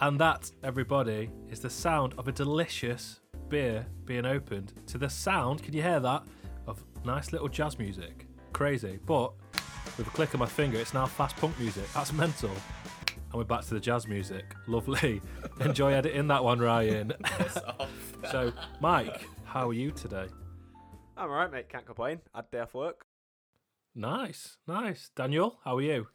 And that, everybody, is the sound of a delicious beer being opened to the sound, can you hear that? Of nice little jazz music. Crazy. But with a click of my finger, it's now fast punk music. That's mental. And we're back to the jazz music. Lovely. Enjoy editing that one, Ryan. so, Mike, how are you today? I'm alright, mate. Can't complain. I'd day off work. Nice, nice. Daniel, how are you?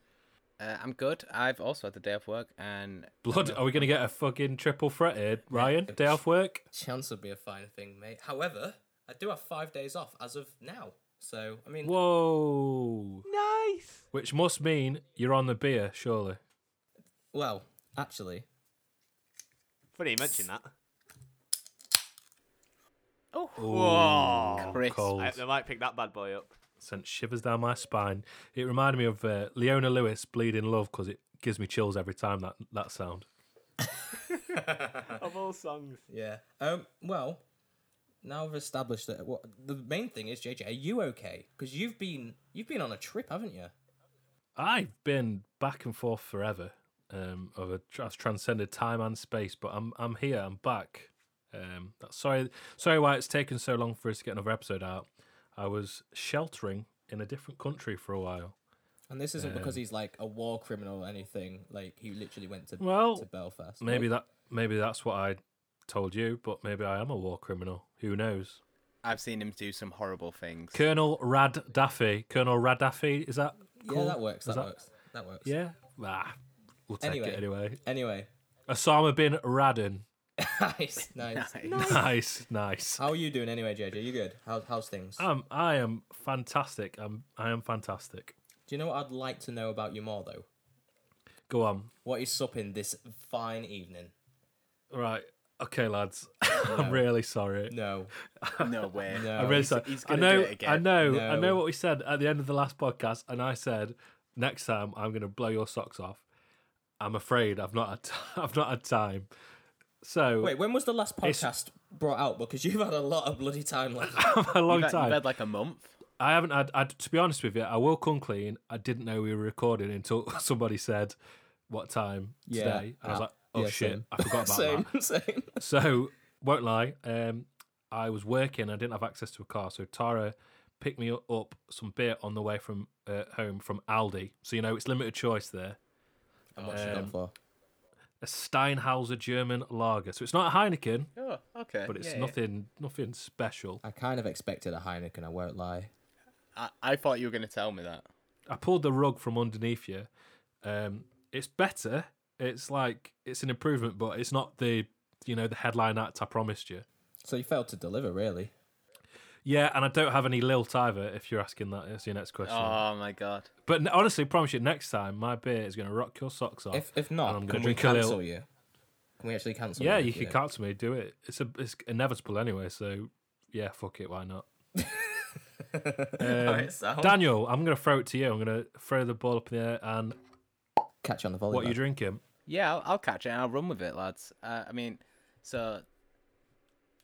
Uh, I'm good. I've also had the day off work, and Blood, are we going to get a fucking triple threat here? Ryan, day off work? Chance would be a fine thing, mate. However, I do have five days off as of now. So, I mean, Whoa. Nice. Which must mean you're on the beer, surely. well, actually, Funny you mentioned that. Whoa. Chris. Cold. I, they might pick that bad boy up. Sent shivers down my spine. It reminded me of uh, Leona Lewis, Bleeding Love, because it gives me chills every time that, that sound. Of all songs. yeah. Um, well, now we've established that. What the main thing is, JJ, are you okay? Because you've been you've been on a trip, haven't you? I've been back and forth forever. Um, of a tr- I've transcended time and space, but I'm I'm here. I'm back. Um, that's sorry, sorry why it's taken so long for us to get another episode out. I was sheltering in a different country for a while. And this isn't because he's like a war criminal or anything. Like he literally went to Well, to Belfast. Maybe that maybe that's what I told you, but maybe I am a war criminal. Who knows? I've seen him do some horrible things. Colonel Rad Daffy. Colonel Rad Daffy. Is that? yeah, called? that works. Is That, works. That works. Yeah. Ah, we'll take Anyway. it anyway. Anyway, Osama bin Laden. nice, nice. Nice, nice. How are you doing anyway, JJ? You good? How, how's things? Um, I am fantastic. I'm, I am fantastic. Do you know what I'd like to know about you more though? Go on. What is supping this fine evening? Right. Okay, lads. I'm really sorry. No, No way. No. I'm really he's, sorry. He's I gonna know. do it again. I know. I No. know what we said at the end of the last podcast, and I said next time I'm going to blow your socks off. I'm afraid I've not had t- I've not had time. So Wait, when was the last It's- podcast brought out? Because you've had a lot of bloody time left. a long You've had, time. you've had like a month. I haven't had, I, to be honest with you, I will come clean. I didn't know we were recording until somebody said what time Yeah. today. And I was Ah. like, oh Yeah, shit, same. I forgot about same, that. same. So, won't lie, um, I was working. I didn't have access to a car. So, Tara picked me up some beer on the way from uh, home from Aldi. So, you know, it's limited choice there. And what's she gone for? A Steinhauser German lager. So, it's not a Heineken, Oh, okay. but it's yeah, yeah. nothing nothing special. I kind of expected a Heineken. I won't lie. I, I thought you were gonna tell me that. I pulled the rug from underneath you. Um, it's better. It's like it's an improvement, but it's not the you know the headline act I promised you. So you failed to deliver, really. Yeah, and I don't have any lilt either. If you're asking that, that's your next question. Oh my god. but n- honestly, promise you, next time my beer is going to rock your socks off. If if and not, Oh, I'm can gonna we drink a cancel little. you? Can we actually cancel? Yeah, you you if can don't? cancel me. Do it. It's a it's inevitable anyway. So yeah, fuck it. Why not? Um, Alright, so- Daniel, I'm going to throw it to you. I'm going to throw the ball up in the air. And Catch you on the volley. what are you drinking? Yeah, I'll, I'll catch it and I'll run with it, lads. Uh, I mean, so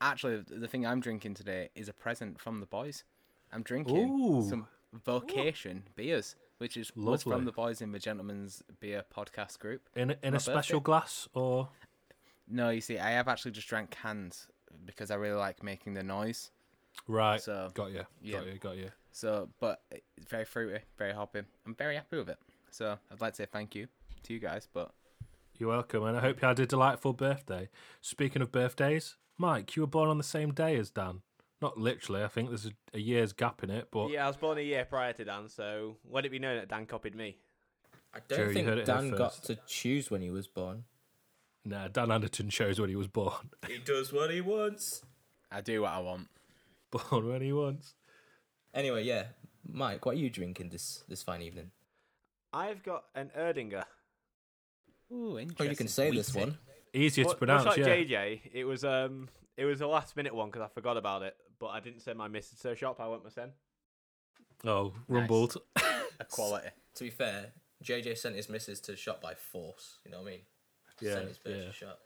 actually, the the thing I'm drinking today is a present from the boys. I'm drinking Ooh. some vocation beers, which is was Lovely. from the boys in the Gentleman's Beer podcast group. In a- in My a special birthday. glass or? No, you see, I have actually just drank cans because I really like making the noise. Right. So, got you. yeah. Got you. Got you. So, but eh, it's very fruity, very hoppy. I'm very happy with it. So, I'd like to say thank you to you guys, but You're welcome, and I hope you had a delightful birthday. Speaking of birthdays, Mike, you were born on the same day as Dan. Not literally. I think there's a, a year's gap in it, but Yeah, I was born a year prior to Dan, so let it be known that Dan copied me. I don't Jerry, you heard think it here Dan got first. to choose when he was born. nah, Dan Anderton shows when he was born. He does what he wants. I do what I want. born when he wants. Anyway, yeah, Mike, what are you drinking this this fine evening? I've got an Erdinger. Ooh, Oh, interesting. you can say this Wheaty. one. Easier Well, to pronounce, much like yeah. JJ, it was um, it was a last minute one because I forgot about it, but I didn't send my missus to the shop. I went myself. Oh, rumbled. A quality. To be fair, JJ sent his missus to shop by force. You know what I mean? Yeah, Sent his bitch yeah. to shop.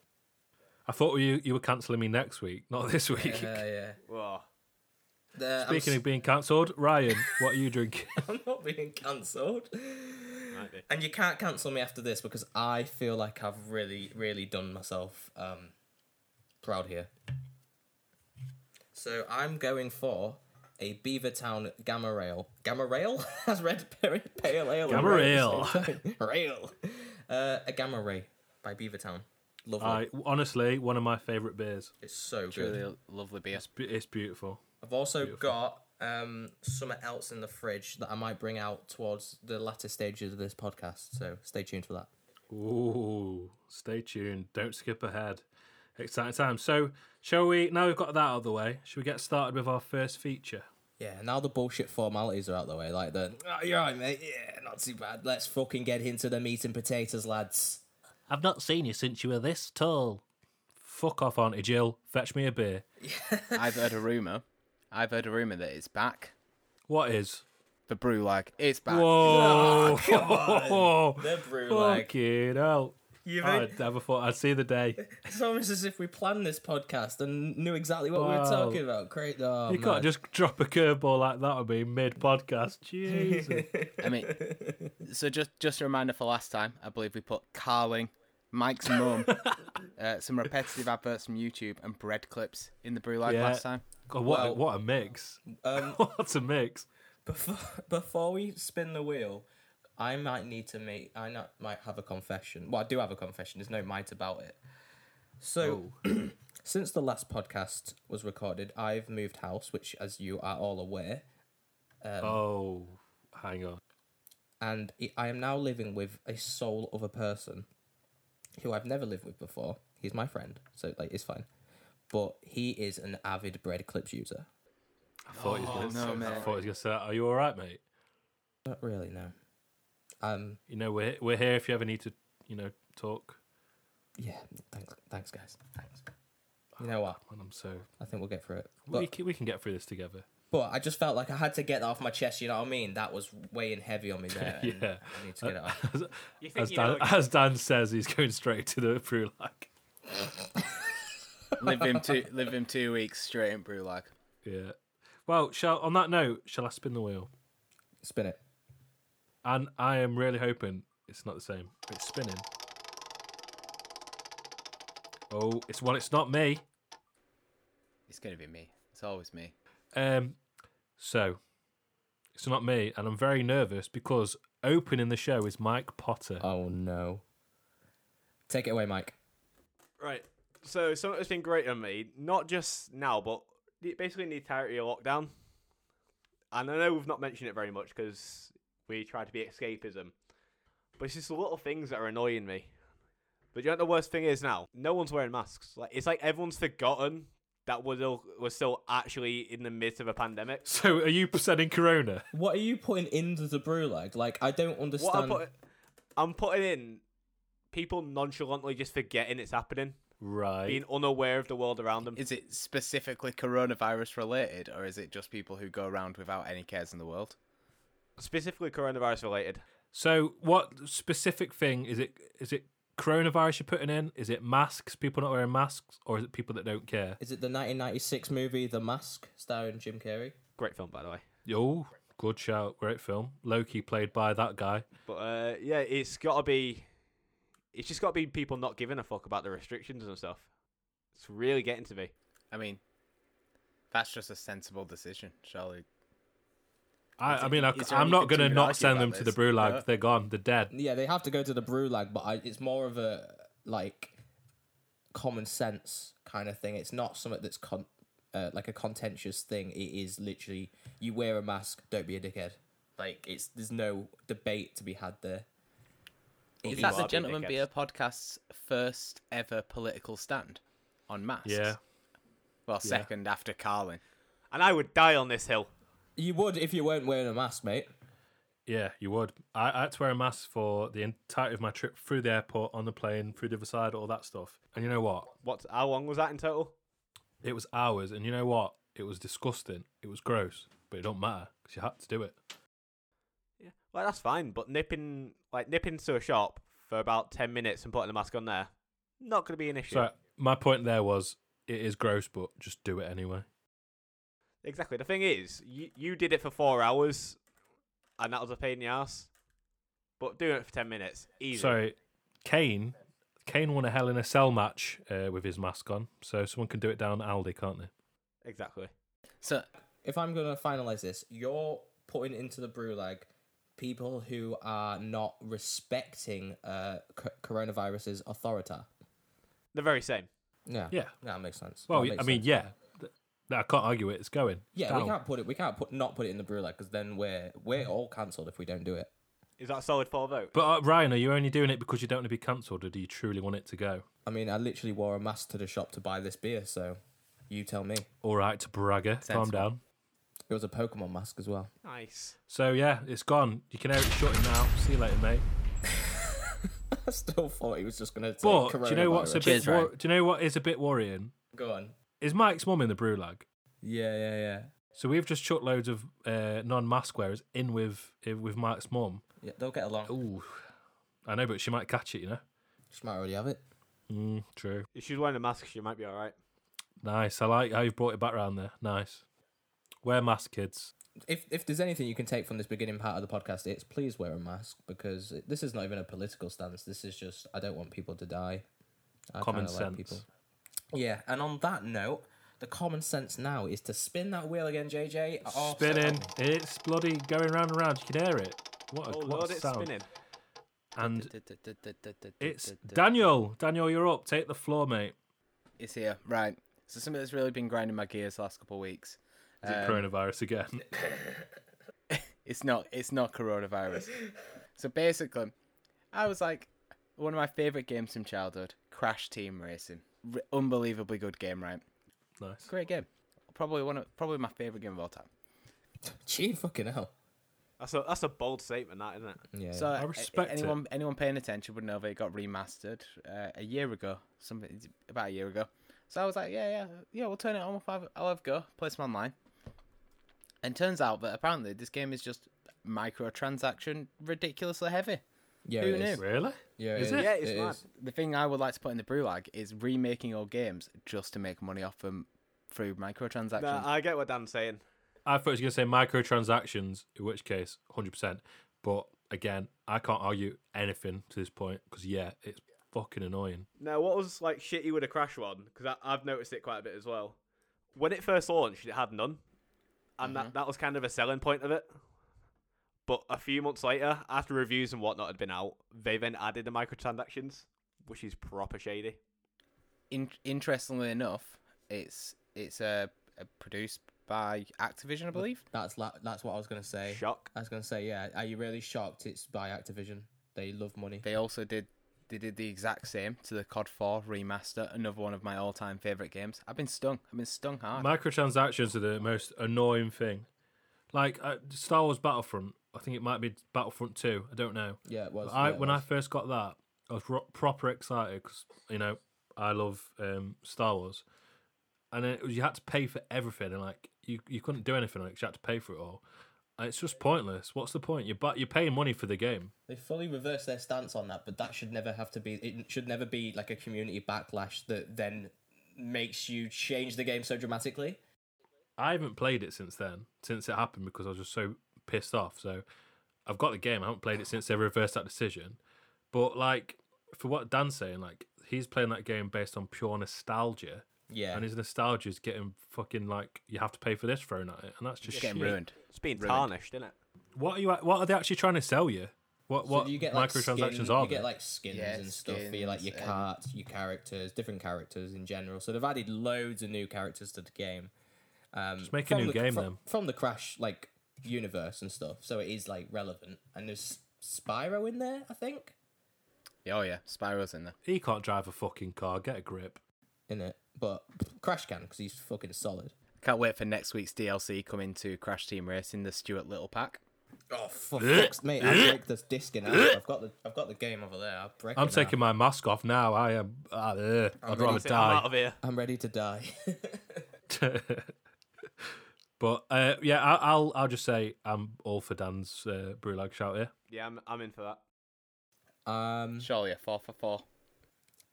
I thought you you were cancelling me next week, not this Yeah, week. yeah. Whoa. The- I'm Speaking of being cancelled, Ryan, what are you drinking? I'm not being cancelled. might be. And you can't cancel me after this because I feel like I've really, really done myself um, proud here. So I'm going for a Beavertown Gamma Rail. Gamma Rail has red pale, pale ale. and Gamma red at the same time. rail. Uh, a Gamma Ray by Beavertown. Lovely. I honestly one of my favourite beers. it's so good. Really lovely beer. It's, be- it's beautiful. I've also got um, something else in the fridge that I might bring out towards the latter stages of this podcast. So stay tuned for that. Ooh, stay tuned. Don't skip ahead. Exciting time. So, shall we? Now we've got that out of the way. Shall we get started with our first feature? Yeah, now the bullshit formalities are out the way. Like the, oh, you're right, mate. Yeah, not too bad. Let's fucking get into the meat and potatoes, lads. I've not seen you since you were this tall. Fuck off, Auntie Jill. Fetch me a beer. I've heard a rumor. I've heard a rumor that it's back. What is? The brew like it's back. Whoa! The brew leg. Fucking hell. You've I never thought I'd see the day. It's almost as if we planned this podcast and knew exactly what we were Wow. talking about. Great. Oh, You man. can't just drop a curveball like that on me mid podcast. Jesus. I mean, so just just a reminder for last time. I believe we put Carling, Mike's mum, uh, some repetitive adverts from YouTube, and bread clips in the brew like Yeah. last time. God, what, a, Well, what a mix. um, what a mix. before before we spin the wheel, I might need to make I not, might have a confession. Well, I do have a confession. There's no might about it. So, since the last podcast was recorded, I've moved house, which, as you are all aware, um, Oh, hang on. and I- I am now living with a sole other person who I've never lived with before. He's my friend, so like it's fine. But he is an avid bread clips user. I thought he was Oh, no, going man. to say, Are you all right, mate? Not really, no. Um, You know, we're, we're here if you ever need to, you know, talk. yeah. Thanks, thanks, guys. Thanks. You know what? And I'm so. I think we'll get through it. we, But, can, we can get through this together. but I just felt like I had to get that off my chest. You know what I mean? That was weighing heavy on me there. and Yeah. I need to get it off. You think As you know Dan, what- as Dan says, he's going straight to the brew like. Live him two live him two weeks straight in brew like. Yeah. Well, shall on that note, shall I spin the wheel? Spin it. And I am really hoping it's not the same. It's spinning. Oh, it's well, it's not me. It's gonna be me. It's always me. Um, so it's not me, and I'm very nervous because opening the show is Mike Potter. Oh no. Take it away, Mike. Right. So something that's been great on me, not just now, but the- basically in the entirety of lockdown. And I know we've not mentioned it very much because we try to be escapism, but it's just the little things that are annoying me. But you know what the worst thing is now? No one's wearing masks. Like it's like everyone's forgotten that we're still, we're still actually in the midst of a pandemic. So are you presenting Corona? What are you putting into the brew leg? Like I don't What I'm, understand. put, I'm putting in people nonchalantly just forgetting it's happening, Right. being unaware of the world around them. Is it specifically coronavirus related, or is it just people who go around without any cares in the world? Specifically coronavirus related. So what specific thing is it? Is it coronavirus you're putting in? Is it masks? People not wearing masks, or is it people that don't care? Is it the 1996 movie The Mask starring Jim Carrey? Great film, by the way. Oh, good shout! Great film. Loki played by that guy. But uh, yeah, it's got to be. It's just got to be people not giving a fuck about the restrictions and stuff. It's really getting to me. I mean, that's just a sensible decision, surely. I, Is I it- mean, I, is there I'm not anything to going to even not argue send about them to the this? brew lag. No. They're gone. They're dead. Yeah, they have to go to the brew lag, but I, it's more of a like common sense kind of thing. It's not something that's con- uh, like a contentious thing. It is literally you wear a mask, don't be a dickhead. Like it's there's no debate to be had there. Is you that are the being Gentleman dickheads. Beer podcast's first ever political stand on masks? Yeah. Well, second after Carlin. And I would die on this hill. You would if you weren't wearing a mask, mate. Yeah, you would. I, I had to wear a mask for the entirety of my trip through the airport, on the plane, through the other side, all that stuff. And you know what? What? How long was that in total? It was hours. And you know what? It was disgusting. It was gross, but it don't matter because you had to do it. Yeah. Well, that's fine. But nipping, like nipping to a shop for about ten minutes and putting the mask on there, not going to be an issue. So my point there was it is gross, but just do it anyway. Exactly. The thing is, you you did it for four hours, and that was a pain in the ass. But doing it for ten minutes, easy. Sorry, Kane. Kane won a Hell in a Cell match uh, with his mask on, so someone can do it down at Aldi, can't they? Exactly. So If I'm gonna finalize this, you're putting into the brew leg people who are not respecting uh, c- coronavirus's authority. The very same. Yeah. Yeah. That makes sense. Well, That I makes mean, sense. yeah. Th- I can't argue it. It's going. Yeah, down. we can't put it. We can't put not put it in the brew leg because then we're we're all cancelled if we don't do it. Is that a solid four vote? But uh, Ryan, are you only doing it because you don't want to be cancelled, or do you truly want it to go? I mean, I literally wore a mask to the shop to buy this beer, so you tell me. All right, bragger, calm Sensible. down. It was a Pokemon mask as well. Nice. So yeah, it's gone. You can air it shut it now. See you later, mate. I still thought he was just gonna. Take But do you know what's a coronavirus. bit? Cheers, Ryan. wor- do you know what is a bit worrying? Go on. Is Mike's mum in the brew lag? Yeah, yeah, yeah. So we've just chucked loads of uh, non-mask wearers in with in with Mike's mum. Yeah, they'll get along. Ooh, I know, but she might catch it. You know. She might already have it. Mm, true. If she's wearing a mask, she might be all right. Nice. I like how you've brought it back round there. Nice. Wear mask, kids. If if there's anything you can take from this beginning part of the podcast, it's please wear a mask because it, this is not even a political stance. This is just I don't want people to die. I Common kinda sense. Yeah, and on that note, the common sense now is to spin that wheel again, JJ. Oh, Spinning. It's bloody going round and round. You can hear it. What a, Oh what lord, a it's sound. spinning. And it's it's Daniel. Daniel, you're up. Take the floor, mate. It's here, right? So something that's really been grinding my gears the last couple of weeks. Uh, Is it coronavirus again? It's not. It's not coronavirus. so basically, I was like, one of my favorite games from childhood, Crash Team Racing. R- unbelievably good game, right? nice. Great game. Probably one of probably my favorite game of all time. Gee, fucking hell. That's a that's a bold statement, that isn't it? Yeah. So I a- respect it. anyone anyone paying attention would know that it got remastered uh, a year ago, something about a year ago. So I was like, yeah, yeah, yeah, we'll turn it on. We'll have, I'll have a go, play some online. And turns out that apparently this game is just microtransaction ridiculously heavy. yeah, who it is. knew? Really? Yeah, Is it? Yeah, it's It mad. is. The thing I would like to put in the brew lag is remaking old games just to make money off them through microtransactions. No, I get what Dan's saying. I thought you were going to say microtransactions, in which case, 100%. But again, I can't argue anything to this point because, yeah, it's fucking annoying. Now, what was like shitty with a crash one? Because I've noticed it quite a bit as well. When it first launched, it had none, and that, that was kind of a selling point of it. But a few months later, after reviews and whatnot had been out, they then added the microtransactions, which is proper shady. In- interestingly enough, it's it's uh, uh, produced by Activision, I believe. That's la- that's what I was gonna say. Shock. I was gonna say, yeah. Are you really shocked? It's by Activision. They love money. They also did they did the exact same to the COD 4 remaster, another one of my all-time favorite games. I've been stung. I've been stung hard. Microtransactions are the most annoying thing. Like uh, Star Wars Battlefront, I think it might be Battlefront 2, I don't know. Yeah, it was. I yeah, it when I was. first got that, I was ro- proper excited because you know I love um, Star Wars, and it was, you had to pay for everything, and like you, you couldn't do anything on it. 'cause You had to pay for it all. And it's just pointless. What's the point? You're bu- you're paying money for the game. they fully reversed their stance on that, but that should never have to be. It should never be like a community backlash that then makes you change the game so dramatically. I haven't played it since then, since it happened, because I was just so pissed off. So I've got the game. I haven't played it since they reversed that decision. But like for what Dan's saying, like he's playing that game based on pure nostalgia. Yeah, and his nostalgia is getting fucking like you have to pay for this thrown at it, and that's just It's getting shit. ruined. It's been Ruined. tarnished, isn't it? What are you? What are they actually trying to sell you? What So what do you get like microtransactions skin- are You there? get like skins Yeah, and stuff for your, like your skins and- carts, your characters, different characters in general. So they've added loads of new characters to the game. Um, Just make a from new the- game from, then. from the Crash like universe and stuff. So it is like relevant. And there's Spyro in there, I think, Yeah, Oh yeah, Spyro's in there. he can't drive a fucking car. Get a grip. in it. But Crash can because he's fucking solid. Can't wait for next week's DLC coming to Crash Team Racing, the Stuart Little pack. Oh for fuck's mate! I break this disc in half. I've got the I've got the game over there. I break. I'm it taking my mask off now. I am. ah, ugh, I'd rather Say, I'm die. out of here. Out. I'm ready to die. But uh, yeah, I, I'll I'll just say I'm all for Dan's uh, Brulag shout here. Yeah, I'm, I'm in for that. um, Surely a four for four.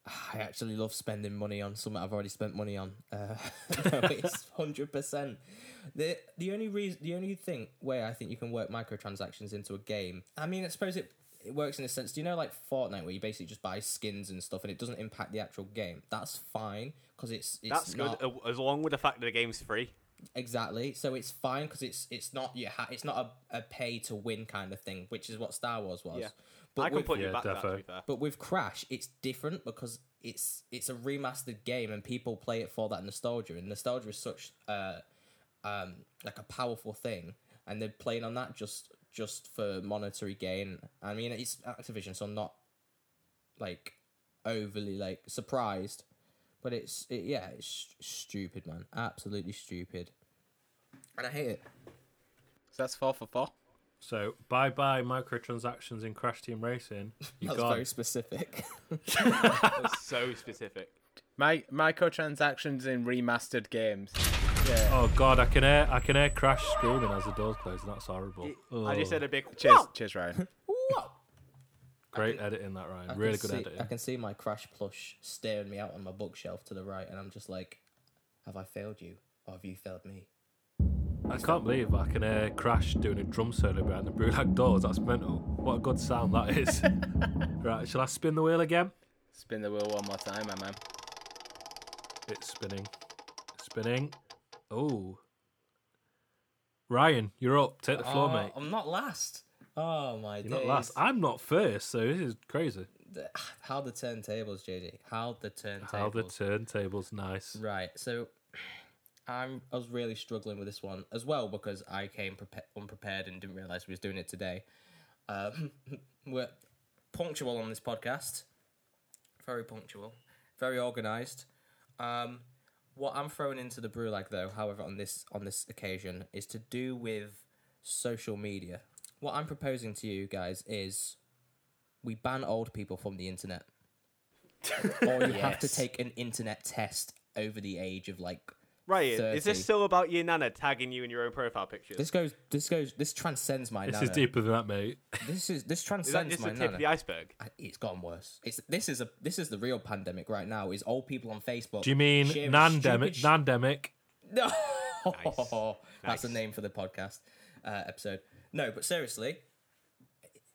I actually love spending money on something I've already spent money on. Uh, no, it's hundred percent. The the only reason, the only thing way I think you can work microtransactions into a game. I mean, I suppose it it works in a sense. Do you know like Fortnite where you basically just buy skins and stuff and it doesn't impact the actual game? That's fine because it's it's That's not good, a- as long with the fact that the game's free. exactly. So it's fine because it's it's not you ha- it's not a, a pay to win kind of thing, which is what Star Wars was. Yeah. But I can with- put you Yeah, back to that, to defo. be fair. But with Crash, it's different because it's it's a remastered game and people play it for that nostalgia. And nostalgia is such uh, um, like a powerful thing, and they're playing on that just just for monetary gain. I mean, it's Activision, so I'm not like overly like surprised, but it's it, yeah, it's st- stupid, man, absolutely stupid, and I hate it. So that's four for four. So bye bye microtransactions in Crash Team Racing. You That's got very specific. That's so specific. My microtransactions in remastered games. Yeah. Oh god, I can hear I can hear Crash screaming as the doors close, and that's horrible. Oh, I just Ugh. said a big Cheers, "Wow!" cheers, Ryan. Whoa. great editing that Ryan. I can really good see- editing. I can see my crash plush staring me out on my bookshelf to the right, and I'm just like, "Have I failed you, or have you failed me?" I can't believe I can hear Crash doing a drum solo behind the Brulac doors. That's mental. What a good sound that is. right, shall I spin the wheel again? Spin the wheel one more time, my man. It's spinning. Spinning. Oh. Ryan, you're up. Take the floor, Oh, mate. I'm not last. Oh my You're not days. last. I'm not first, so this is crazy. The- How the turntables, JD? How the turntables? How the turntable's nice. right. So, I'm. I was really struggling with this one as well because I came prepa- unprepared and didn't realize we was doing it today. Um, we're punctual on this podcast. Very punctual. Very organised. Um, what I'm throwing into the brew lag though, however, on this on this occasion, is to do with social media. What I'm proposing to you guys is we ban old people from the internet. or you have to Yes. take an internet test over the age of like Ryan, is 30. this still about your nana tagging you in your own profile pictures? this goes this goes this transcends my This nana. is deeper than that, mate. This is this is that transcends just the my tip nana. of the iceberg? I- it's gotten worse. It's this is a this is the real pandemic right now. Is old people on Facebook? Do you mean sharing nandemic? stupid sh- Nandemic. No, Nice. that's the name for the podcast uh, episode. No, but seriously,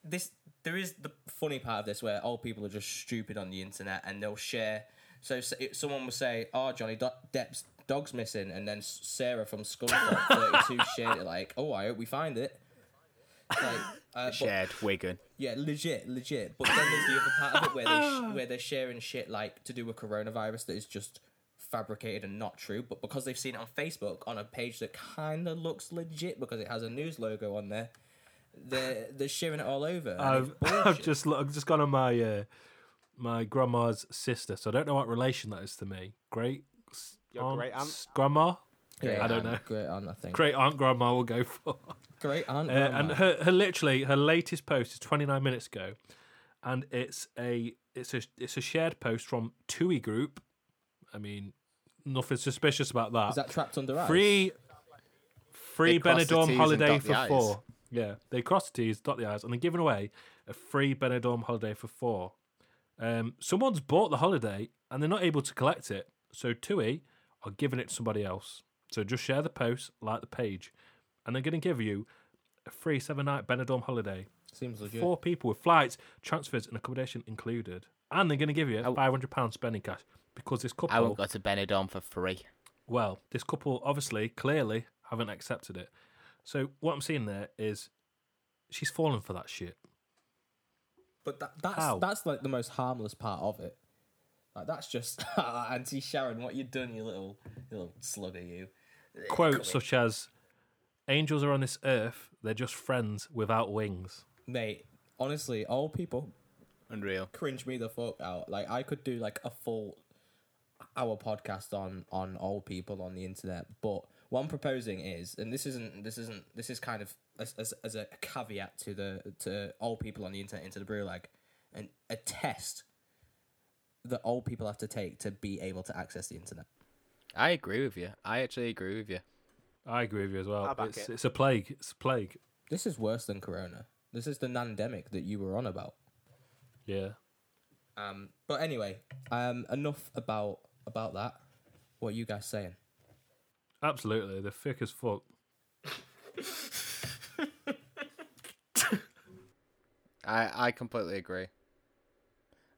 this there is the funny part of this where old people are just stupid on the internet and they'll share. So s- it- someone will say, "Oh, Johnny Do- Depp's dog's missing," and then S- Sarah from Scunthorpe Thirty Two shared it like, "Oh, I hope we find it." It's Like, uh, but- Shared Wigan. yeah, legit, legit. But then there's the other part of it where they sh- where they're sharing shit like to do with coronavirus that is just fabricated and not true. But because they've seen it on Facebook on a page that kind of looks legit because it has a news logo on there, they're they're sharing it all over. and I've, it's I've bullshit. just lo- I've just gone on my uh, my grandma's sister, so I don't know what relation that is to me. Great, s- Your aunt's great aunt? grandma, Great I don't aunt, know. Great aunt, I think. great Great, aunt grandma will go for. aunt. Uh, and grandma. her, her literally her latest post is 29 minutes ago, and it's a it's a it's a shared post from Tui Group. I mean, nothing suspicious about that. is that trapped under ice? Free, free They cross the Ts Benidorm and holiday dot the for Is. four. Yeah, they cross the T's, dot the I's, and they're giving away a free Benidorm holiday for four. Um, someone's bought the holiday and they're not able to collect it, so TUI are giving it to somebody else. So just share the post, like the page, and they're going to give you a free seven night Benidorm holiday. Seems legit. Four people with flights, transfers, and accommodation included. And they're going to give you £500 spending cash because this couple. I won't go to Benidorm for free. Well, this couple obviously, clearly, haven't accepted it. So what I'm seeing there is she's fallen for that shit. But that, that's How? that's like the most harmless part of it. Like that's just Auntie Sharon, what you done, you little you little slugger, you. Eh, Quotes such as Angels are on this earth, they're just friends without wings. Mate, honestly, old people Unreal. cringe me the fuck out. Like I could do like a full hour podcast on on old people on the internet, but what I'm proposing is, and this isn't this isn't this is kind of as as, as a caveat to the to old people on the internet into the brew lag, and a test that old people have to take to be able to access the internet. I agree with you. I actually agree with you. I agree with you as well. I back It's, it. it's a plague. It's a plague. This is worse than Corona. This is the nandemic that you were on about. Yeah. Um, but anyway, um, enough about about that. What are you guys saying? Absolutely. They're thick as fuck. I I completely agree.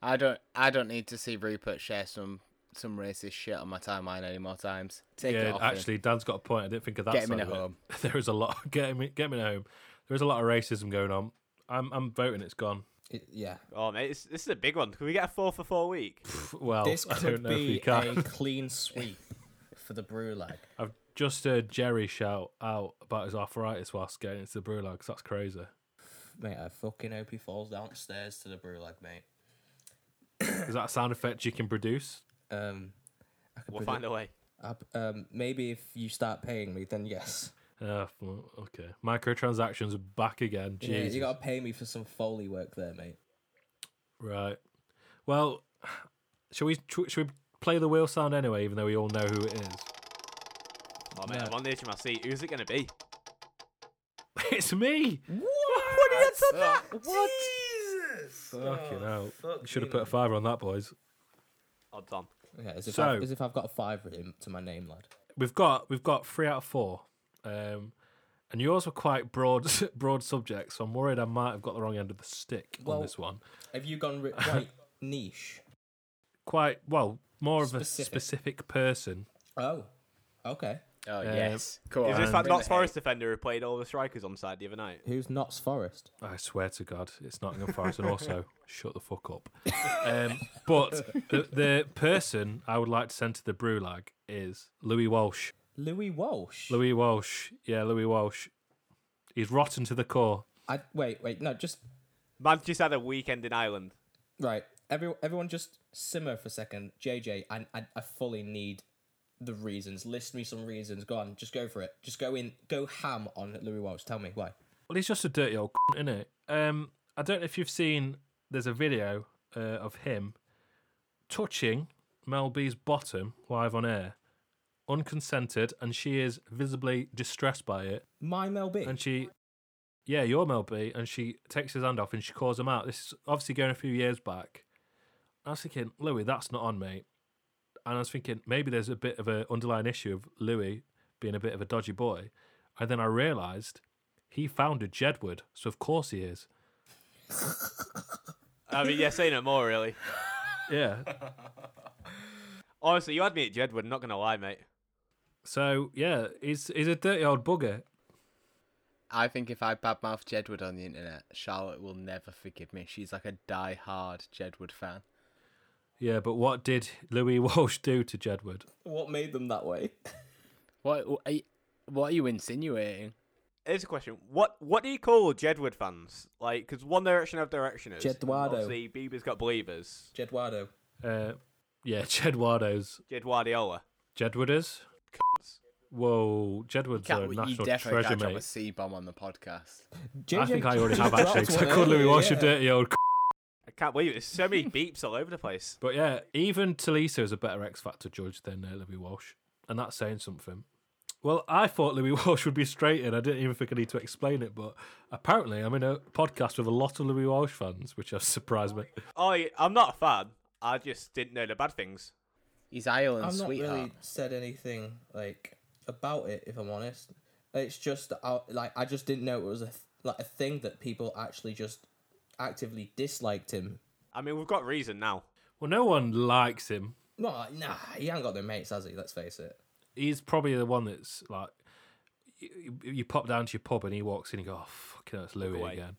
I don't I don't need to see Rupert share some some racist shit on my timeline any more times. Take it yeah, off. him. actually, Dan's got a point. I didn't think of that. Get him in side of at it. home. There is a lot. Get him. in- Get him in at home. There is a lot of racism going on. I'm. I'm voting. It's gone. It, yeah. Oh, mate, this, this is a big one. Can we get a four for four week? Pff, Well, this Oh, I don't could know if you be can. a clean sweep for the brew lag. I've just heard Jerry shout out about his arthritis whilst getting into the brew because that's crazy. Mate, I fucking hope he falls downstairs to the brew lag, mate. Is that a sound effect you can produce? Um, I could We'll predict- find a way. I- um, maybe if you start paying me, then yes. Uh, well, okay. Microtransactions back again. Yeah, Jesus. you gotta pay me for some foley work there, mate. Right. Well, shall we should we play the wheel sound anyway, even though we all know who it is? Oh, mate, No. I'm on the edge of my seat. Who's it going to be? it's me. What? That's that. What? Oh, Fucking hell. Oh, fuck Should have me, put a man. fiver on that, boys. Odds on. Yeah, as if, So- I've, as if I've got a five written to my name, lad. We've got we've got three out of four, um, and yours were quite broad broad subjects. So I'm worried I might have got the wrong end of the stick Well- on this one. Have you gone ri- right niche? Quite well, more of a Specific. specific person. Oh, okay. Oh Uh, yes. Come Is Um, this on. that Bring Knox the Forest defender who played all the strikers on side the other night? Who's Knott's Forest? I swear to God, it's Nottingham Forest, and also shut the fuck up. Um, but the, the person I would like to send to the brew lag is Louis Walsh. Louis Walsh. Louis Walsh, yeah, Louis Walsh. He's rotten to the core. I wait, wait, no, just Man just had a weekend in Ireland. right. Every, everyone, just simmer for a second. JJ, I, I, I fully need the reasons. List me some reasons. Go on, just go for it. Just go in, go ham on Louis Walsh. Tell me why. Well, he's just a dirty old cunt, isn't it? Um, I don't know if you've seen. There's a video uh, of him touching Mel B's bottom live on air, unconsented, and she is visibly distressed by it. My Mel B. and she yeah you're mel b and she takes his hand off and she calls him out this is obviously going a few years back i was thinking louis that's not on mate and i was thinking maybe there's a bit of an underlying issue of louis being a bit of a dodgy boy and then i realized he founded jedward so of course he is I mean, yeah, say no more, really. yeah Honestly, you had me at Jedward, not going to lie, mate. so yeah he's he's a dirty old bugger I think if I badmouth Jedward on the internet, Charlotte will never forgive me. She's like a die-hard Jedward fan. yeah but what did louis walsh do to jedward what made them that way? What? What are you, what are you insinuating? Here's a question: What what do you call Jedward fans? Like, because One Direction have directioners. and Jedwado. Obviously, Bieber's got believers. Jedwardo. uh yeah jedwardo's Jedwardiola. jedwarders Whoa, Jedward's Can't- a you national definitely treasure, can't drop a mate. C bomb on the podcast. I JJ think I already just have actually. dropped So one good Louis earlier, Walsh, you yeah. dirty old. c- I can't believe it. There's so many beeps all over the place. But yeah, even Talisa is a better X Factor judge than uh, Louis Walsh, and that's saying something. Well, I thought Louis Walsh would be straight in. I didn't even think I need to explain it, but apparently I'm in a podcast with a lot of Louis Walsh fans, which has surprised me. I I'm not a fan. I just didn't know the bad things. He's Ireland's I've not sweetheart. really said anything like about it, if I'm honest. It's just that I, like I just didn't know it was a th- like a thing that people actually just actively disliked him. I mean, we've got reason now. Well, no one likes him. No, like, nah, he ain't got no mates, has he? Let's face it. He's probably the one that's like, you, you pop down to your pub and he walks in and you go, oh, fucking hell, it's Louis away." again.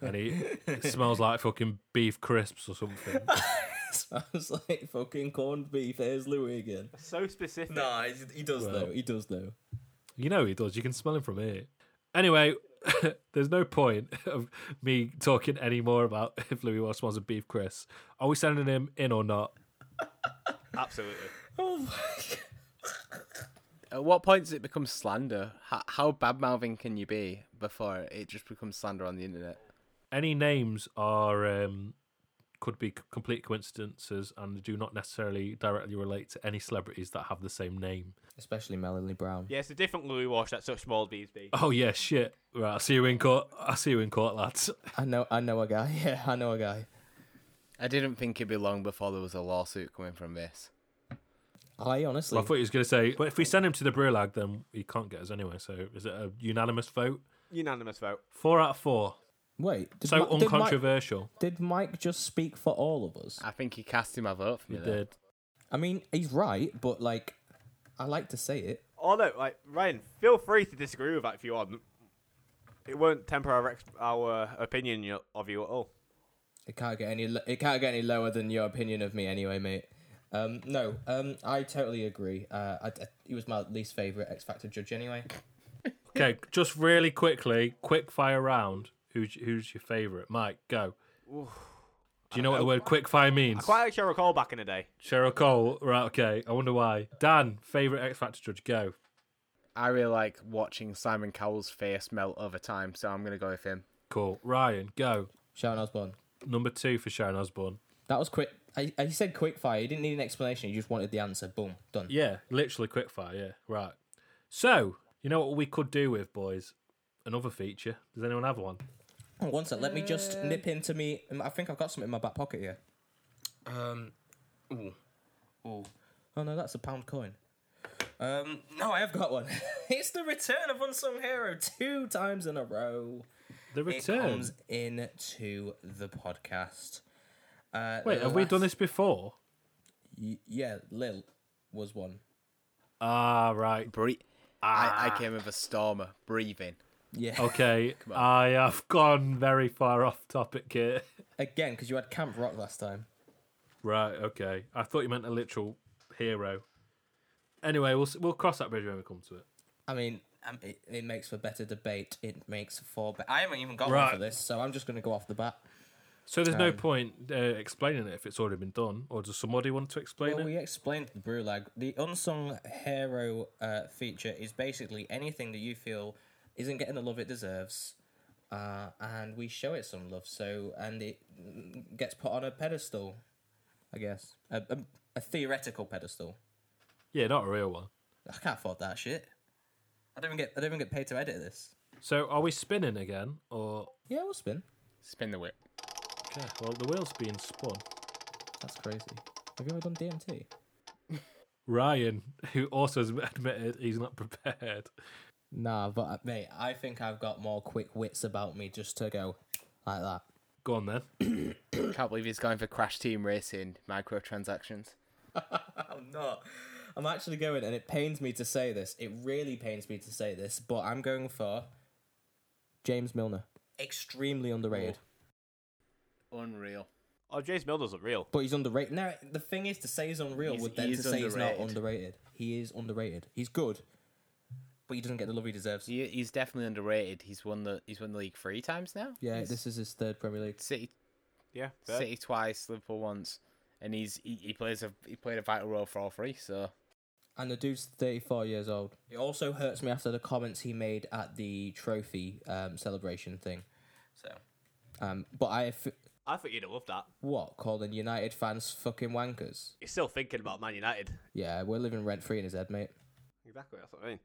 and he it smells like fucking beef crisps or something. So I was like, fucking corned beef. Here's Louis again. So specific. Nah, he, he does Well. though. He does though. You know he does. You can smell him from here. Anyway, there's no point of me talking any more about if Louis Walsh smells a beef Chris. Are we sending him in or not? Absolutely. Oh my god. At what point does it become slander? How, how bad mouthing can you be before it just becomes slander on the internet? Any names are um, could be c- complete coincidences and do not necessarily directly relate to any celebrities that have the same name. Especially Melanie Brown. Yeah, it's a different Louis Walsh that such small bees be. Oh yeah, shit. Right, I'll see you in court. I'll see you in court, lads. I know. I know a guy. Yeah, I know a guy. I didn't think it'd be long before there was a lawsuit coming from this. I honestly. Well, I thought he was going to say, but if we send him to the Brulag, then he can't get us anyway. So is it a unanimous vote? Unanimous vote. Four out of four. Wait, did So Mi- did Mi- uncontroversial. Did, Mike just speak for all of us? I think he cast in my vote for me. He there. did. I mean, he's right, but like, I like to say it. Although, Oh, like Ryan, feel free to disagree with that if you want. It won't temper our ex- our opinion you- of you at all. It can't get any. lo- It can't get any lower than your opinion of me, anyway, mate. Um, no, um, I totally agree. Uh, I, I- he was my least favorite X Factor judge, anyway. Okay, just really quickly, quick fire round. Who's who's your favourite? Mike, go. Do you know what the word quick fire means? Quite like Cheryl Cole back in the day. Cheryl Cole. Right, okay. I wonder why. Dan, favourite X Factor judge, go. I really like watching Simon Cowell's face melt over time, so I'm gonna go with him. Cool. Ryan, go. Sharon Osbourne. Number two for Sharon Osbourne. That was quick. I, I, he said quick fire. He didn't need an explanation. He just wanted the answer. Boom, done. Yeah, literally quick fire, yeah. Right. So, you know what we could do with, boys? Another feature. Does anyone have one? Oh, One sec. Let me just nip into me. um, I think I've got something in my back pocket here. Um. Ooh. Ooh. Oh no, that's a pound coin. Um. No, I have got one. it's the return of Unsung Hero two times in a row. The It return. comes into the podcast. Uh, Wait, the have we last- done this before? Y- yeah, Lil was one. Ah, right. Bre- I, Ah. I came with a stormer breathing. Yeah. Okay, I have gone very far off topic here. Again, because you had Camp Rock last time. Right, okay. I thought you meant a literal hero. Anyway, we'll s- we'll cross that bridge when we come to it. I mean, um, it, it makes for better debate. It makes for. Be- I haven't even got one Right. for this, so I'm just going to go off the bat. So there's no point uh, explaining it if it's already been done, or does somebody want to explain Well, it? we explained the Brulag. The unsung hero uh, feature is basically anything that you feel isn't getting the love it deserves, uh, and we show it some love. So, and it mm, gets put on a pedestal, I guess, a, a, a theoretical pedestal. Yeah, not a real one. I can't afford that shit. I don't even get. I don't even get paid to edit this. So are we spinning again, or Yeah, we'll spin. Spin the whip. okay? Well, the wheel's being spun. That's crazy. Have you ever done DMT? Ryan, who also has admitted he's not prepared. Nah, but uh, mate, I think I've got more quick wits about me just to go like that. Go on then. Can't believe he's going for Crash Team Racing microtransactions. I'm not. I'm actually going, and it pains me to say this. It really pains me to say this, but I'm going for James Milner. Extremely underrated. Unreal. Oh, James Milner's not real. But he's underrated. Now, the thing is, to say he's unreal He's- would then he to is say he's not underrated. underrated. He is underrated. He's good, but he doesn't get the love he deserves. He, he's definitely underrated. He's won the he's won the league three times now. Yeah, He's- this is his third Premier League. City Yeah. fair. City twice, Liverpool once, and he's he, he plays a he played a vital role for all three. So And the dude's 34 years old. It also hurts me after the comments he made at the trophy um, celebration thing. So. Um, but I. F- I thought you'd have loved that. what? Calling United fans fucking wankers? You're still thinking about Man United. Yeah, we're living rent free in his head, mate. Exactly. That's what I mean.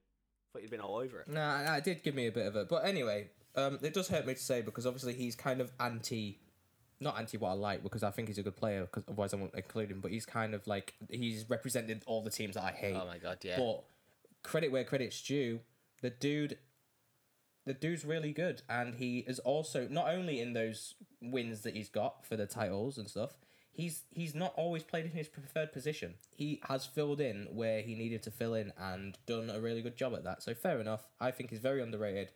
Thought you'd been all over it. Nah, nah, it did give me a bit of a. But anyway, um, it does hurt me to say because obviously he's kind of anti, not anti what I like because I think he's a good player because otherwise I won't include him. But he's kind of like he's represented all the teams that I hate. oh my god, yeah. But credit where credit's due, the dude, the dude's really good, and he is also not only in those wins that he's got for the titles and stuff. He's he's not always played in his preferred position. He has filled in where he needed to fill in and done a really good job at that. So fair enough. I think he's very underrated.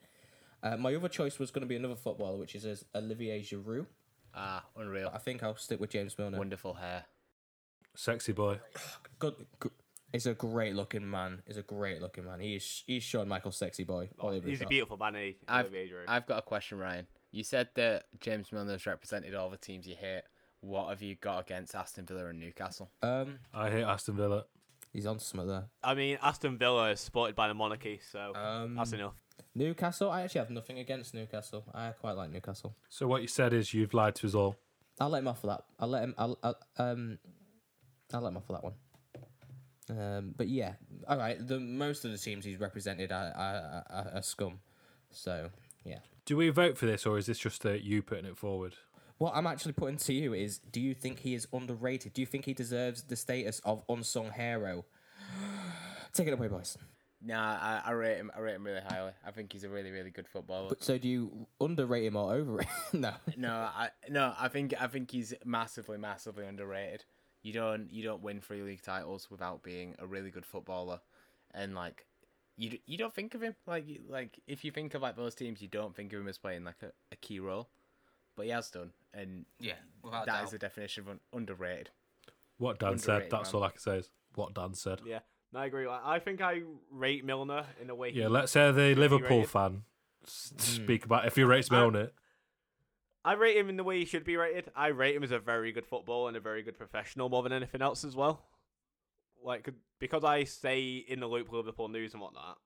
Uh, my other choice was going to be another footballer, which is as Olivier Giroud. ah, unreal. I think I'll stick with James Milner. Wonderful hair. Sexy boy. Good. good. He's a great looking man. He's a great looking man. He's he's Shawn Michaels' sexy boy. Oh, all over the He's a shop. beautiful man. He, I've, Olivier Giroud. I've got a question, Ryan. You said that James Milner's represented all the teams you hate. What have you got against Aston Villa and Newcastle? Um, I hate Aston Villa. he's on some of there. I mean, Aston Villa is supported by the monarchy, so Um, that's enough. Newcastle. I actually have nothing against Newcastle. I quite like Newcastle. So what you said is you've lied to us all. I'll let him off for that. I'll let him. I'll, I'll um, I'll let him off for that one. Um, but yeah, all right. The most of the teams he's represented are, are, are, are scum. So yeah. Do we vote for this, or is this just uh, you putting it forward? What I'm actually putting to you is: Do you think he is underrated? Do you think he deserves the status of unsung hero? Take it away, boys. Nah, I, I rate him. I rate him really highly. I think he's a really, really good footballer. But so do you underrate him or overrate? no. No, I no, I think I think he's massively, massively underrated. You don't you don't win three league titles without being a really good footballer, and like you d- you don't think of him like you- like if you think of like those teams, you don't think of him as playing like a, a key role, but he has done, and Yeah, without a that doubt. is the definition of un- underrated. What Dan said. Underrated, That's man. all I can say is what Dan said. Yeah, no, I agree. I I think I rate Milner in a way. he- Yeah, let's hear the Liverpool rated. fan s- Hmm. speak about if he rates Milner. I rate him in the way he should be rated. I rate him as a very good footballer and a very good professional more than anything else as well. Like because I stay in the loop with Liverpool news and whatnot.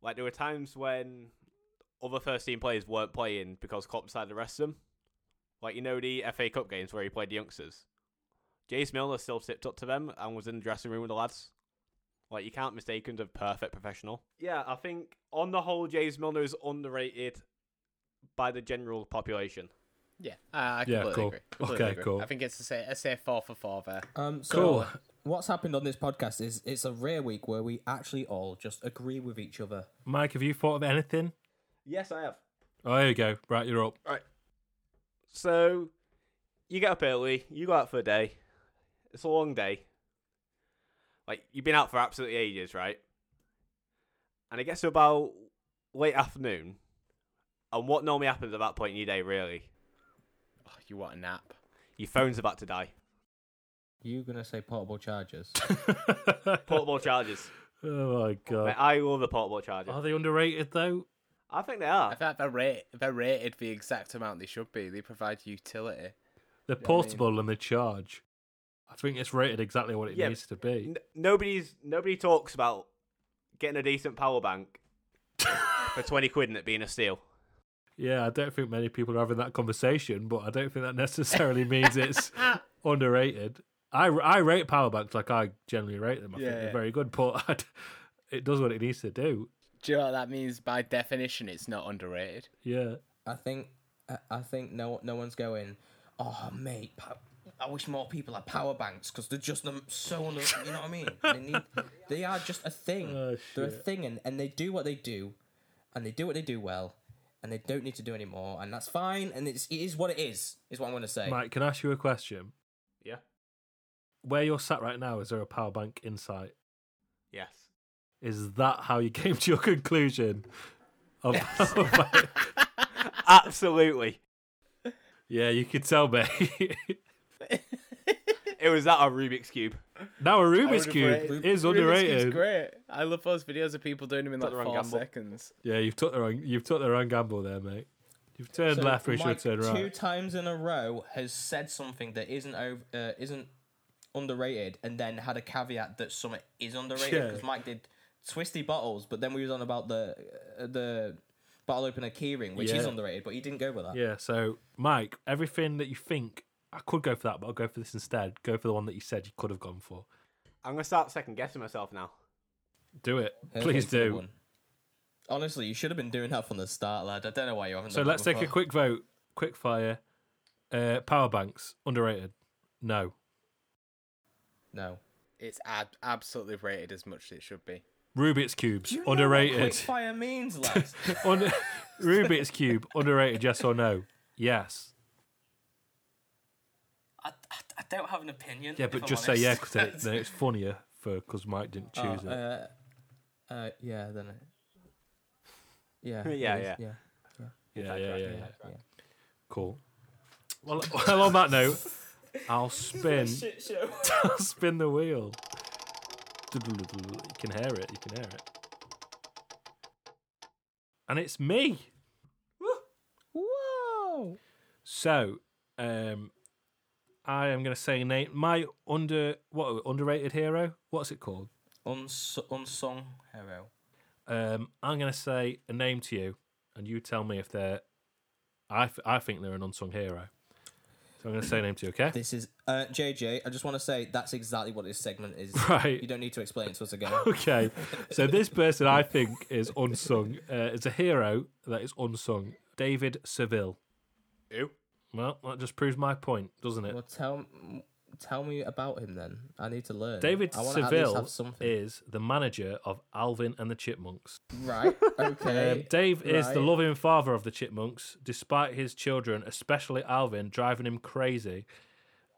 Like there were times when other first team players weren't playing because Klopp decided to rest them. Like you know the FA Cup games where he played the youngsters. Jace Milner still sipped up to them and was in the dressing room with the lads. Like you can't mistake him as a perfect professional. Yeah, I think on the whole, James Milner is underrated by the general population. Yeah, I, I Yeah, completely cool. agree. Completely Okay, agree. cool. I think it's a say a say four for four there. Um, so Cool. What's happened on this podcast is it's a rare week where we actually all just agree with each other. Mike, have you thought of anything? Yes, I have. Oh, there you go. Right, you're up. So, you get up early, you go out for a day. It's a long day. Like, you've been out for absolutely ages, right? And it gets to about late afternoon. And what normally happens at that point in your day, really? Oh, you want a nap? Your phone's about to die. You gonna say portable chargers? Portable chargers. Oh my Mate, god. I love the portable charger. Are they underrated though? I think they I Uh, are. thought they're, rate, they're rated the exact amount they should be. They provide utility. They're portable and they charge. I think it's rated exactly what it Yeah, needs to be. N- nobody's nobody talks about getting a decent power bank for twenty quid and it being a steal. Yeah, I don't think many people are having that conversation, but I don't think that necessarily means it's underrated. I, I rate power banks like I generally rate them. I think Yeah. they're very good, but I d it does what it needs to do. Do you know what that means? By definition, it's not underrated. Yeah. I think I- I think no no one's going. Oh mate, pow- I wish more people had power banks because they're just um, so under, you know what I mean. They need they are just a thing. Oh, they're a shit. thing, and, and they do what they do, and they do what they do well, and they don't need to do any more, and that's fine. And it's it is what it is. Is what I'm gonna say. Mike, can I ask you a question? Yeah. Where you're sat right now, is there a power bank in sight? Yes. Is that how you came to your conclusion? Of power bank? Absolutely. yeah, you could tell me. It was that a Rubik's cube. now a Rubik's I would've cube is rated- Rubik's Cube's underrated. great. I love those videos of people doing them in Took the like wrong four gamble. seconds. Yeah, you've took the wrong you've took the wrong gamble there, mate. You've turned So left, we should Mike, have turned Two right. times in a row has said something that isn't over, uh, isn't underrated, and then had a caveat that something is underrated Yeah. because Mike did twisty bottles, but then we was on about the uh, the bottle opener keyring, which is Yeah. underrated, but he didn't go with that. Yeah, so Mike, everything that you think I could go for that, but I'll go for this instead. Go for the one that you said you could have gone for. I'm gonna start second guessing myself now. Do it. That's Please a good do. one. Honestly, you should have been doing that from the start, lad. I don't know why you haven't. So done that let's take a before. quick vote. Quick fire. Uh, power banks, underrated. No. no. It's ab- absolutely rated as much as it should be. Rubik's cubes, You know what underrated. quickfire means, lad. Un- Rubik's cube, underrated. Yes or no? Yes. I, I, I don't have an opinion. Yeah, if but I'm just say yeah honest. because it, then it's funnier for because Mike didn't choose it. Uh, uh, yeah, then it. Yeah. Yeah, it is, yeah. yeah. yeah, that's yeah, right, yeah, yeah, yeah. Cool. Well, well, on that note, I'll spin. I'll spin the wheel. You can hear it. You can hear it. And it's me. Whoa! So, um, I am going to say name my under what underrated hero. What's it called? Uns- unsung hero. Um, I'm going to say a name to you, and you tell me if they're. I, th- I think they're an unsung hero. So I'm going to say a name to you, okay? This is uh, JJ. I just want to say that's exactly what this segment is. Right. You don't need to explain it to us again. Okay. So this person I think is unsung. Uh, is a hero that is unsung. David Seville. Who? Well, that just proves my point, doesn't it? well, tell Tell me about him then. I need to learn. David I wanna at least Seville have something. is the manager of Alvin and the Chipmunks. Right. Okay. Um, Dave is the Right. loving father of the Chipmunks, despite his children, especially Alvin, driving him crazy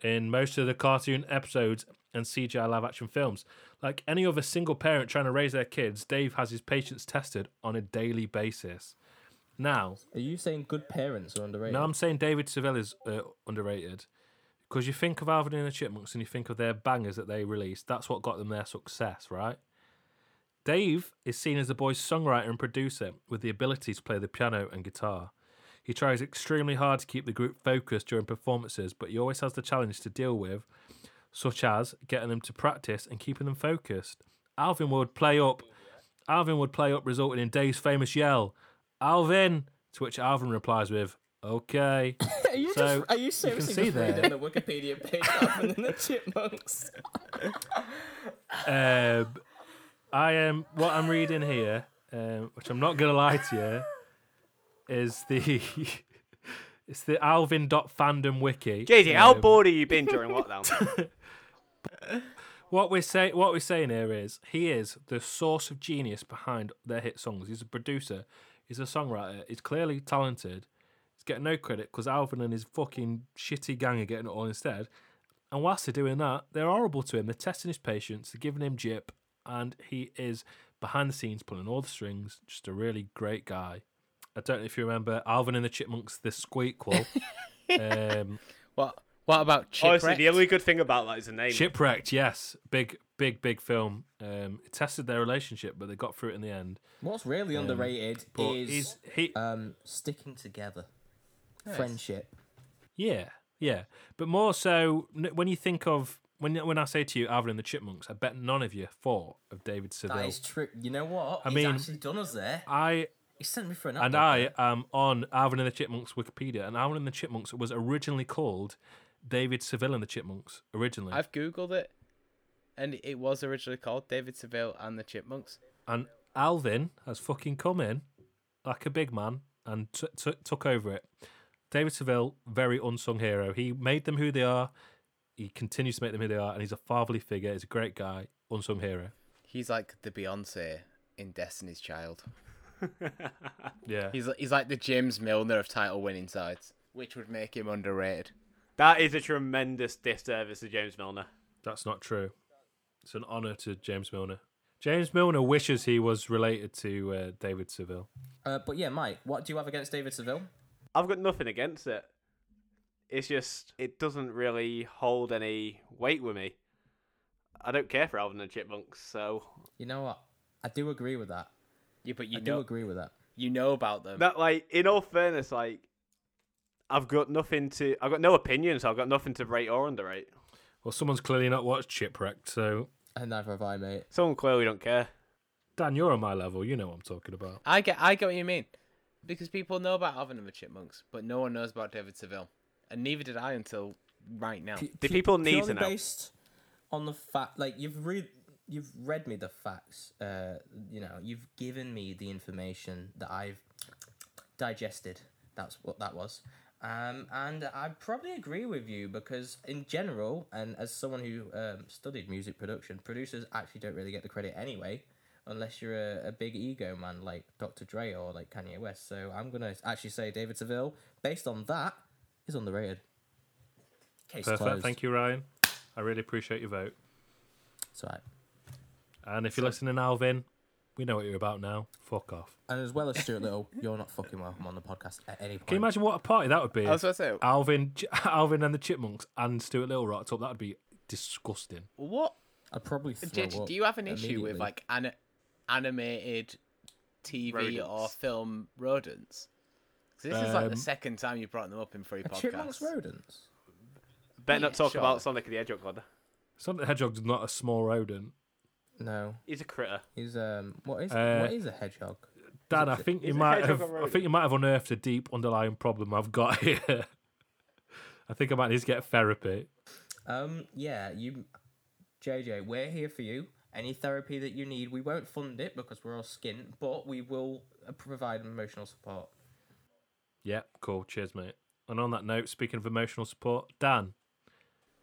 in most of the cartoon episodes and CGI live action films. Like any other single parent trying to raise their kids, Dave has his patience tested on a daily basis. Now, Are you saying good parents are underrated? now I'm saying David Seville is uh, underrated because you think of Alvin and the Chipmunks and you think of their bangers that they released. That's what got them their success, right? Dave is seen as the boy's songwriter and producer with the ability to play the piano and guitar. He tries extremely hard to keep the group focused during performances, but he always has the challenge to deal with, such as getting them to practice and keeping them focused. Alvin would play up Alvin would play up, resulting in Dave's famous yell, Alvin, to which Alvin replies with, Okay. Are you So, just, are you can seriously see just there- reading the Wikipedia page up and then the chipmunks? um, I am what I'm reading here, um, which I'm not gonna lie to you, is the it's the Alvin fandom wiki. JJ, how Um, bored have you been during lockdown? What we're saying, what we're saying here is, he is the source of genius behind their hit songs. He's a producer, he's a songwriter, he's clearly talented. He's getting no credit because Alvin and his fucking shitty gang are getting it all instead. And whilst they're doing that, they're horrible to him. They're testing his patience, they're giving him jip, and he is behind the scenes pulling all the strings. Just a really great guy. I don't know if you remember Alvin and the Chipmunks, the Squeakquel. um, What? What about Honestly, Chipwreck? Oh, the only good thing about that is the name. Shipwrecked, yes, big, big, big film. Um, it tested their relationship, but they got through it in the end. What's really underrated But is he's he, um, sticking together, friendship. yeah, yeah. But more so n- when you think of when when I say to you, Alvin and the Chipmunks, I bet none of you thought of David That Seville. is true. You know what? I He's mean- actually done us there. I He sent me for an and apple. I am on Alvin and the Chipmunks Wikipedia, and Alvin and the Chipmunks was originally called David Seville and the Chipmunks originally, I've googled it, and it was originally called David Seville and the Chipmunks. and Alvin has fucking come in like a big man and t- t- took over it. David Seville, very unsung hero. He made them who they are. He continues to make them who they are, and he's a fatherly figure. He's a great guy, unsung hero. He's like the Beyonce in Destiny's Child. Yeah, He's he's like the James Milner of title winning sides, which would make him underrated. That is a tremendous disservice to James Milner. that's not true. It's an honor to James Milner. James Milner wishes he was related to uh, David Seville. Uh, but yeah, Mike, what do you have against David Seville? I've got nothing against it. It's just it doesn't really hold any weight with me. I don't care for Alvin and the Chipmunks, so You know what? I do agree with that. Yeah, but you I do know agree with that. you know about them. that like in all fairness, like I've got nothing to I've got no opinion, so I've got nothing to rate or underrate. Well, someone's clearly not watched Shipwrecked, so And neither have I, mate. Someone clearly don't care. Dan, you're on my level. You know what I'm talking about. I get I get what you mean, because people know about Alvin and the Chipmunks, but no one knows about David Seville, and neither did I until right now. Do people need Purely to know? based on the fact, like you've read, you've read me the facts. Uh, you know, you've given me the information that I've digested. That's what that was. Um, and I probably agree with you because, in general, and as someone who um, studied music production, producers actually don't really get the credit anyway, unless you're a, a big ego man like Dr. Dre or like Kanye West. So I'm gonna actually say David Seville, based on that, is underrated. Case Perfect. closed. Thank you, Ryan. I really appreciate your vote. It's all right. And if you're listening, Alvin, we know what you're about now. Fuck off. And as well as Stuart Little, you're not fucking welcome on the podcast at any point. Can you imagine what a party that would be? I was gonna say, Alvin, Ch- Alvin and the Chipmunks and Stuart Little rocked up. That would be disgusting. what I'd probably throw JJ, up do you have an issue with immediately. like an, animated TV or Rodents. film rodents? 'Cause this is like Um, the second time you brought them up in three Are chipmunks podcasts. rodents? Better not talk sure. about Sonic the Hedgehog. God. Sonic the Hedgehog's not a small rodent. No, He's a critter. he's um. What is Uh, what is a hedgehog? Dan, I think you is it might have. hedgehog a I rodent? think you might have unearthed a deep underlying problem I've got here. I think I might need to get therapy. Um, yeah, you, JJ, we're here for you. Any therapy that you need, we won't fund it because we're all skint, but we will uh, provide emotional support. Yeah, cool. Cheers, mate. And on that note, speaking of emotional support, Dan,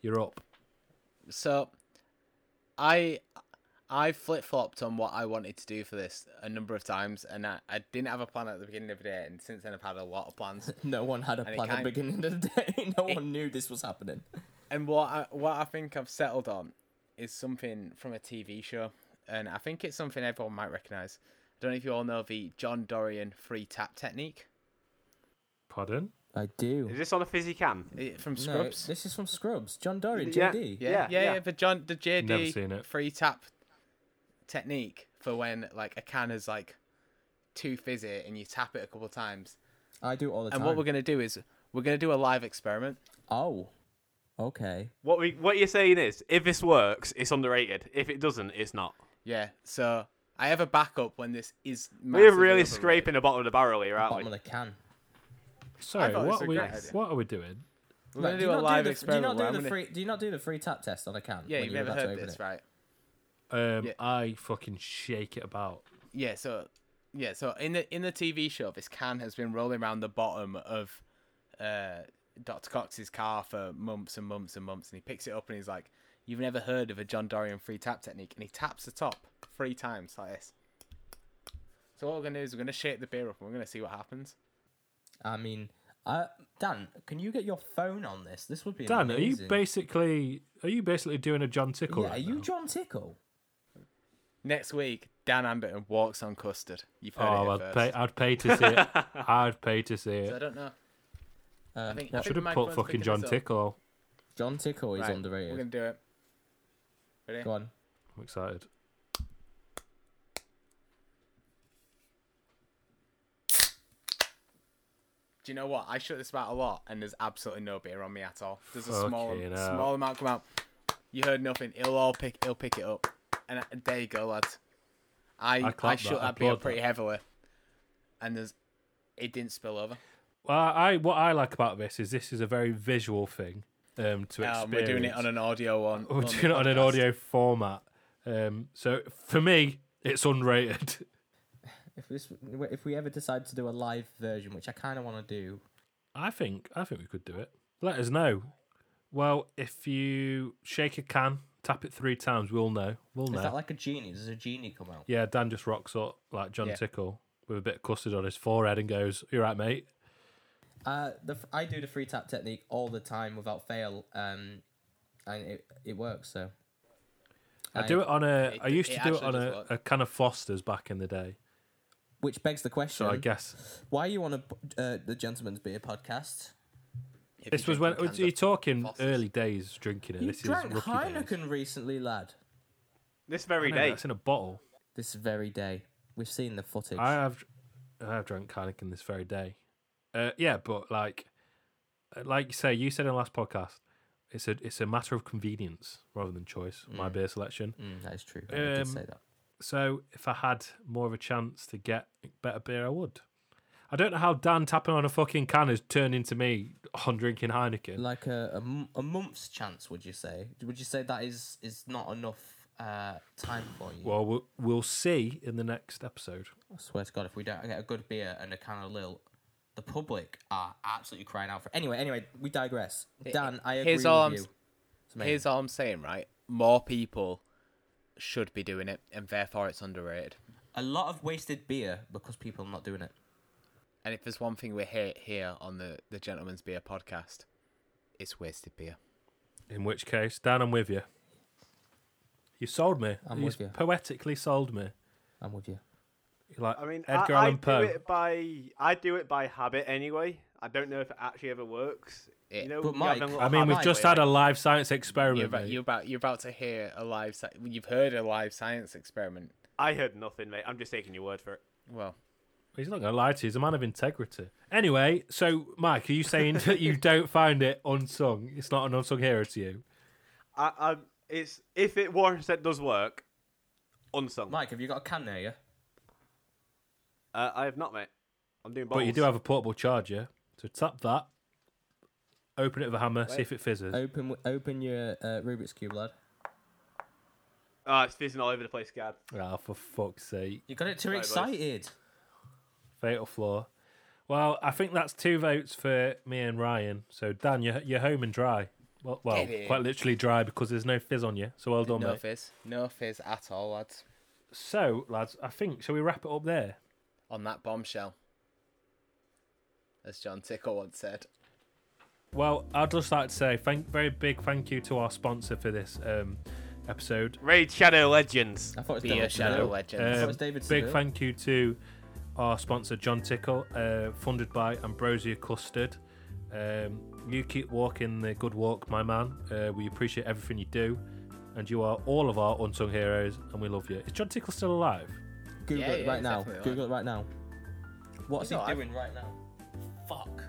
you're up. So, I I flip flopped on what I wanted to do for this a number of times, and I, I didn't have a plan at the beginning of the day, and since then I've had a lot of plans. No one had a it plan at the kind- beginning of the day. No one knew this was happening. and what I, what I think I've settled on is something from a TV show, and I think it's something everyone might recognise. I don't know if you all know the John Dorian free tap technique Pardon? I do. Is this on a fizzy can? eh, from No, Scrubs. this is from Scrubs. John Dorian, Yeah. JD. yeah, yeah, yeah, yeah, yeah. The John the JD Never seen it. free tap technique for when like a can is like too fizzy and you tap it a couple of times. I do it all the And time. what we're gonna do is we're gonna do a live experiment. Oh, okay. What we what you're saying is, if this works, it's underrated. If it doesn't, it's not. Yeah. So I have a backup when this is. We're massively really overrated. scraping the bottom of the barrel here, aren't Bottom we? of the can. Sorry, thought this what was a are we great idea. what are we doing? We're gonna do do you a not live do the, Do you experiment. not where do I'm the gonna- free? Do you not do the free tap test on a can? Yeah, when you've you're never about to heard open this, it? right? Um, Yeah. I fucking shake it about. Yeah. So yeah. So in the in the TV show, this can has been rolling around the bottom of uh, Dr. Cox's car for months and months and months, and he picks it up and he's like, "You've never heard of a John Dorian free tap technique?" And he taps the top three times like this. So what we're gonna do is we're gonna shake the beer up and we're gonna see what happens. I mean, uh, Dan, can you get your phone on this? This would be Dan, are you amazing. basically are you basically doing a John Tickle? Yeah, right are you now? John Tickle? Next week, Dan Amberton walks on custard. You've heard Oh, it I'd first. pay, I'd pay to see it. I'd pay to see So I it. don't know. I Um, think, Should have put fucking John Tickle. John Tickle is We're underrated. gonna do it. Ready? Go on. I'm excited. Do you know what? I shut this about a lot, and there's absolutely no beer on me at all. There's a small, Fucking hell. small amount come out. You heard nothing. It'll all pick. It'll pick it up. And uh, there you go, lads. I I, clap that. shut I that beer applaud pretty that. heavily, and there's it didn't spill over. Well, I what I like about this is this is a very visual thing um, to experience. Um, we're doing it on an audio one. We're the doing it on an podcast. audio format. Um, so for me, it's unrated. If this, if we ever decide to do a live version, which I kind of want to do, I think I think we could do it. Let us know. Well, if you shake a can, tap it three times, we'll know. We'll is know. that like a genie? Does a genie come out? yeah, Dan just rocks up like John Yeah. Tickle with a bit of custard on his forehead and goes, "You're right, mate." Uh, the f- I do the free tap technique all the time without fail, um, and it it works. So I I- do it on a. I it- used to it do it actually on does a, work. a can of Foster's back in the day. Which begs the question: So I guess Why are you on a uh, the Gentleman's Beer podcast? If you this was drink when in are cans you of- talking Foster's. early days drinking it. You this drank is rookie Heineken days. recently, lad. This I very know, day. That's in a bottle. This very day, we've seen the footage. I uh, have, I have drank Heineken this very day. Uh, yeah, but like, uh, like you say, you said in the last podcast, it's a it's a matter of convenience rather than choice. My beer selection. Mm, that is true. I did Um, say that. So if I had more of a chance to get better beer, I would. I don't know how Dan tapping on a fucking can has turned into me on drinking Heineken. Like a, a m- a month's chance, would you say? Would you say that is is not enough uh, time for you? Well, we'll we'll see in the next episode. I swear to God, if we don't get a good beer and a can of Lil, the public are absolutely crying out for. Anyway, anyway, we digress. Dan, I agree here's with all I'm you. s- It's amazing. Here's all I'm saying, right? More people should be doing it, and therefore it's underrated. a lot of wasted beer because people are not doing it. And if there's one thing we hate here on the the Gentleman's Beer podcast, it's wasted beer. In which case, Dan, I'm with you. You sold me. I'm He's with you. Poetically sold me. I'm with you. You're Like I mean, Edgar I, I Allan Poe. do it by I do it by habit anyway. I don't know if it actually ever works. It- you know, you But have Mike- them little I mean, we've habits. just had a live science You're experiment. about, mate. you're about you're about to hear a live sci- you've heard a live science experiment. I heard nothing, mate. I'm just taking your word for it. Well, He's not going to lie to you. He's a man of integrity. Anyway, so Mike, are you saying that you don't find it unsung? It's not an unsung hero to you. I, I it's if it warrants that does work, unsung. Mike, have you got a can near you? Uh, I have not, mate. I'm doing. But you bottles. do have a portable charger, so tap that, open it with a hammer, see if it fizzes. Open, open your uh, Rubik's cube, lad. Ah, it's fizzing all over the place, Gad. Oh. Ah, for fuck's sake, You got it too Right, boys. excited. fatal flaw. Well, I think that's two votes for me and Ryan. So Dan, you're, you're home and dry. Well, well Get in. quite literally dry because there's no fizz on you. So well done, no mate. fizz, no fizz at all, lads. So, lads, I think shall we wrap it up there? On that bombshell, as John Tickle once said. Well, I'd just like to say thank very big thank you to our sponsor for this um, episode. Raid Shadow Legends. I thought it was Be a David shadow Seville. legend. Um, it was David big Seville. thank you to our sponsor John Tickle, uh, funded by Ambrosia Custard. Um, you keep walking the good walk, my man. Uh, we appreciate everything you do, and you are all of our unsung heroes, and we love you. Is John Tickle still alive? Google Yeah, it yeah, right it's now. definitely Google it right now. What's He's he alive. doing right now? Fuck.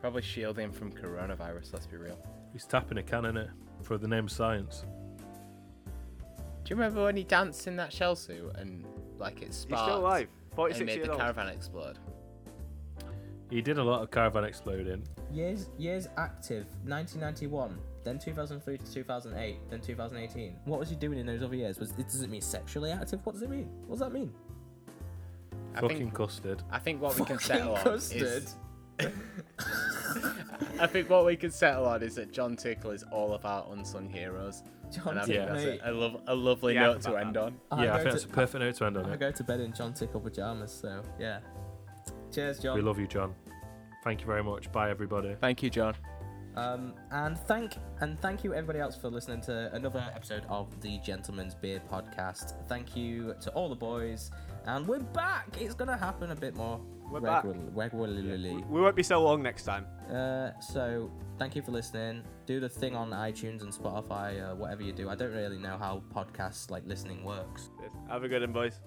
Probably shielding from coronavirus. Let's be real. He's tapping a can in it for the name of science. Do you remember when he danced in that shell suit and like it He's sparked? still alive. And 46 made years the old. caravan explode. He did a lot of caravan exploding. Years years active 1991, then 2003 to 2008, then 2018. What was he doing in those other years? Was it does it mean sexually active? What does it mean? What does that mean? I Fucking think, custard. I think what we can settle on custard. is I think what we can settle on is that John Tickle is all about unsung heroes. John and I Tickle, think Yeah. that's mate. a, a, lo- a lovely Yeah, note to about end that. on. I yeah, I go think to- that's a perfect note to end on. I It. go to bed in John Tickle pajamas, so yeah. Cheers, We John. love you, John. Thank you very much. Bye, everybody. Thank you, John. Um, and thank and thank you everybody else for listening to another episode of the Gentleman's Beer podcast. Thank you to all the boys, and we're back. It's gonna happen a bit more We're back. regularly. regularly. We won't be so long next time. Uh, so thank you for listening. Do the thing on iTunes and Spotify, uh, whatever you do. I don't really know how podcasts like listening works. Have a good one, boys.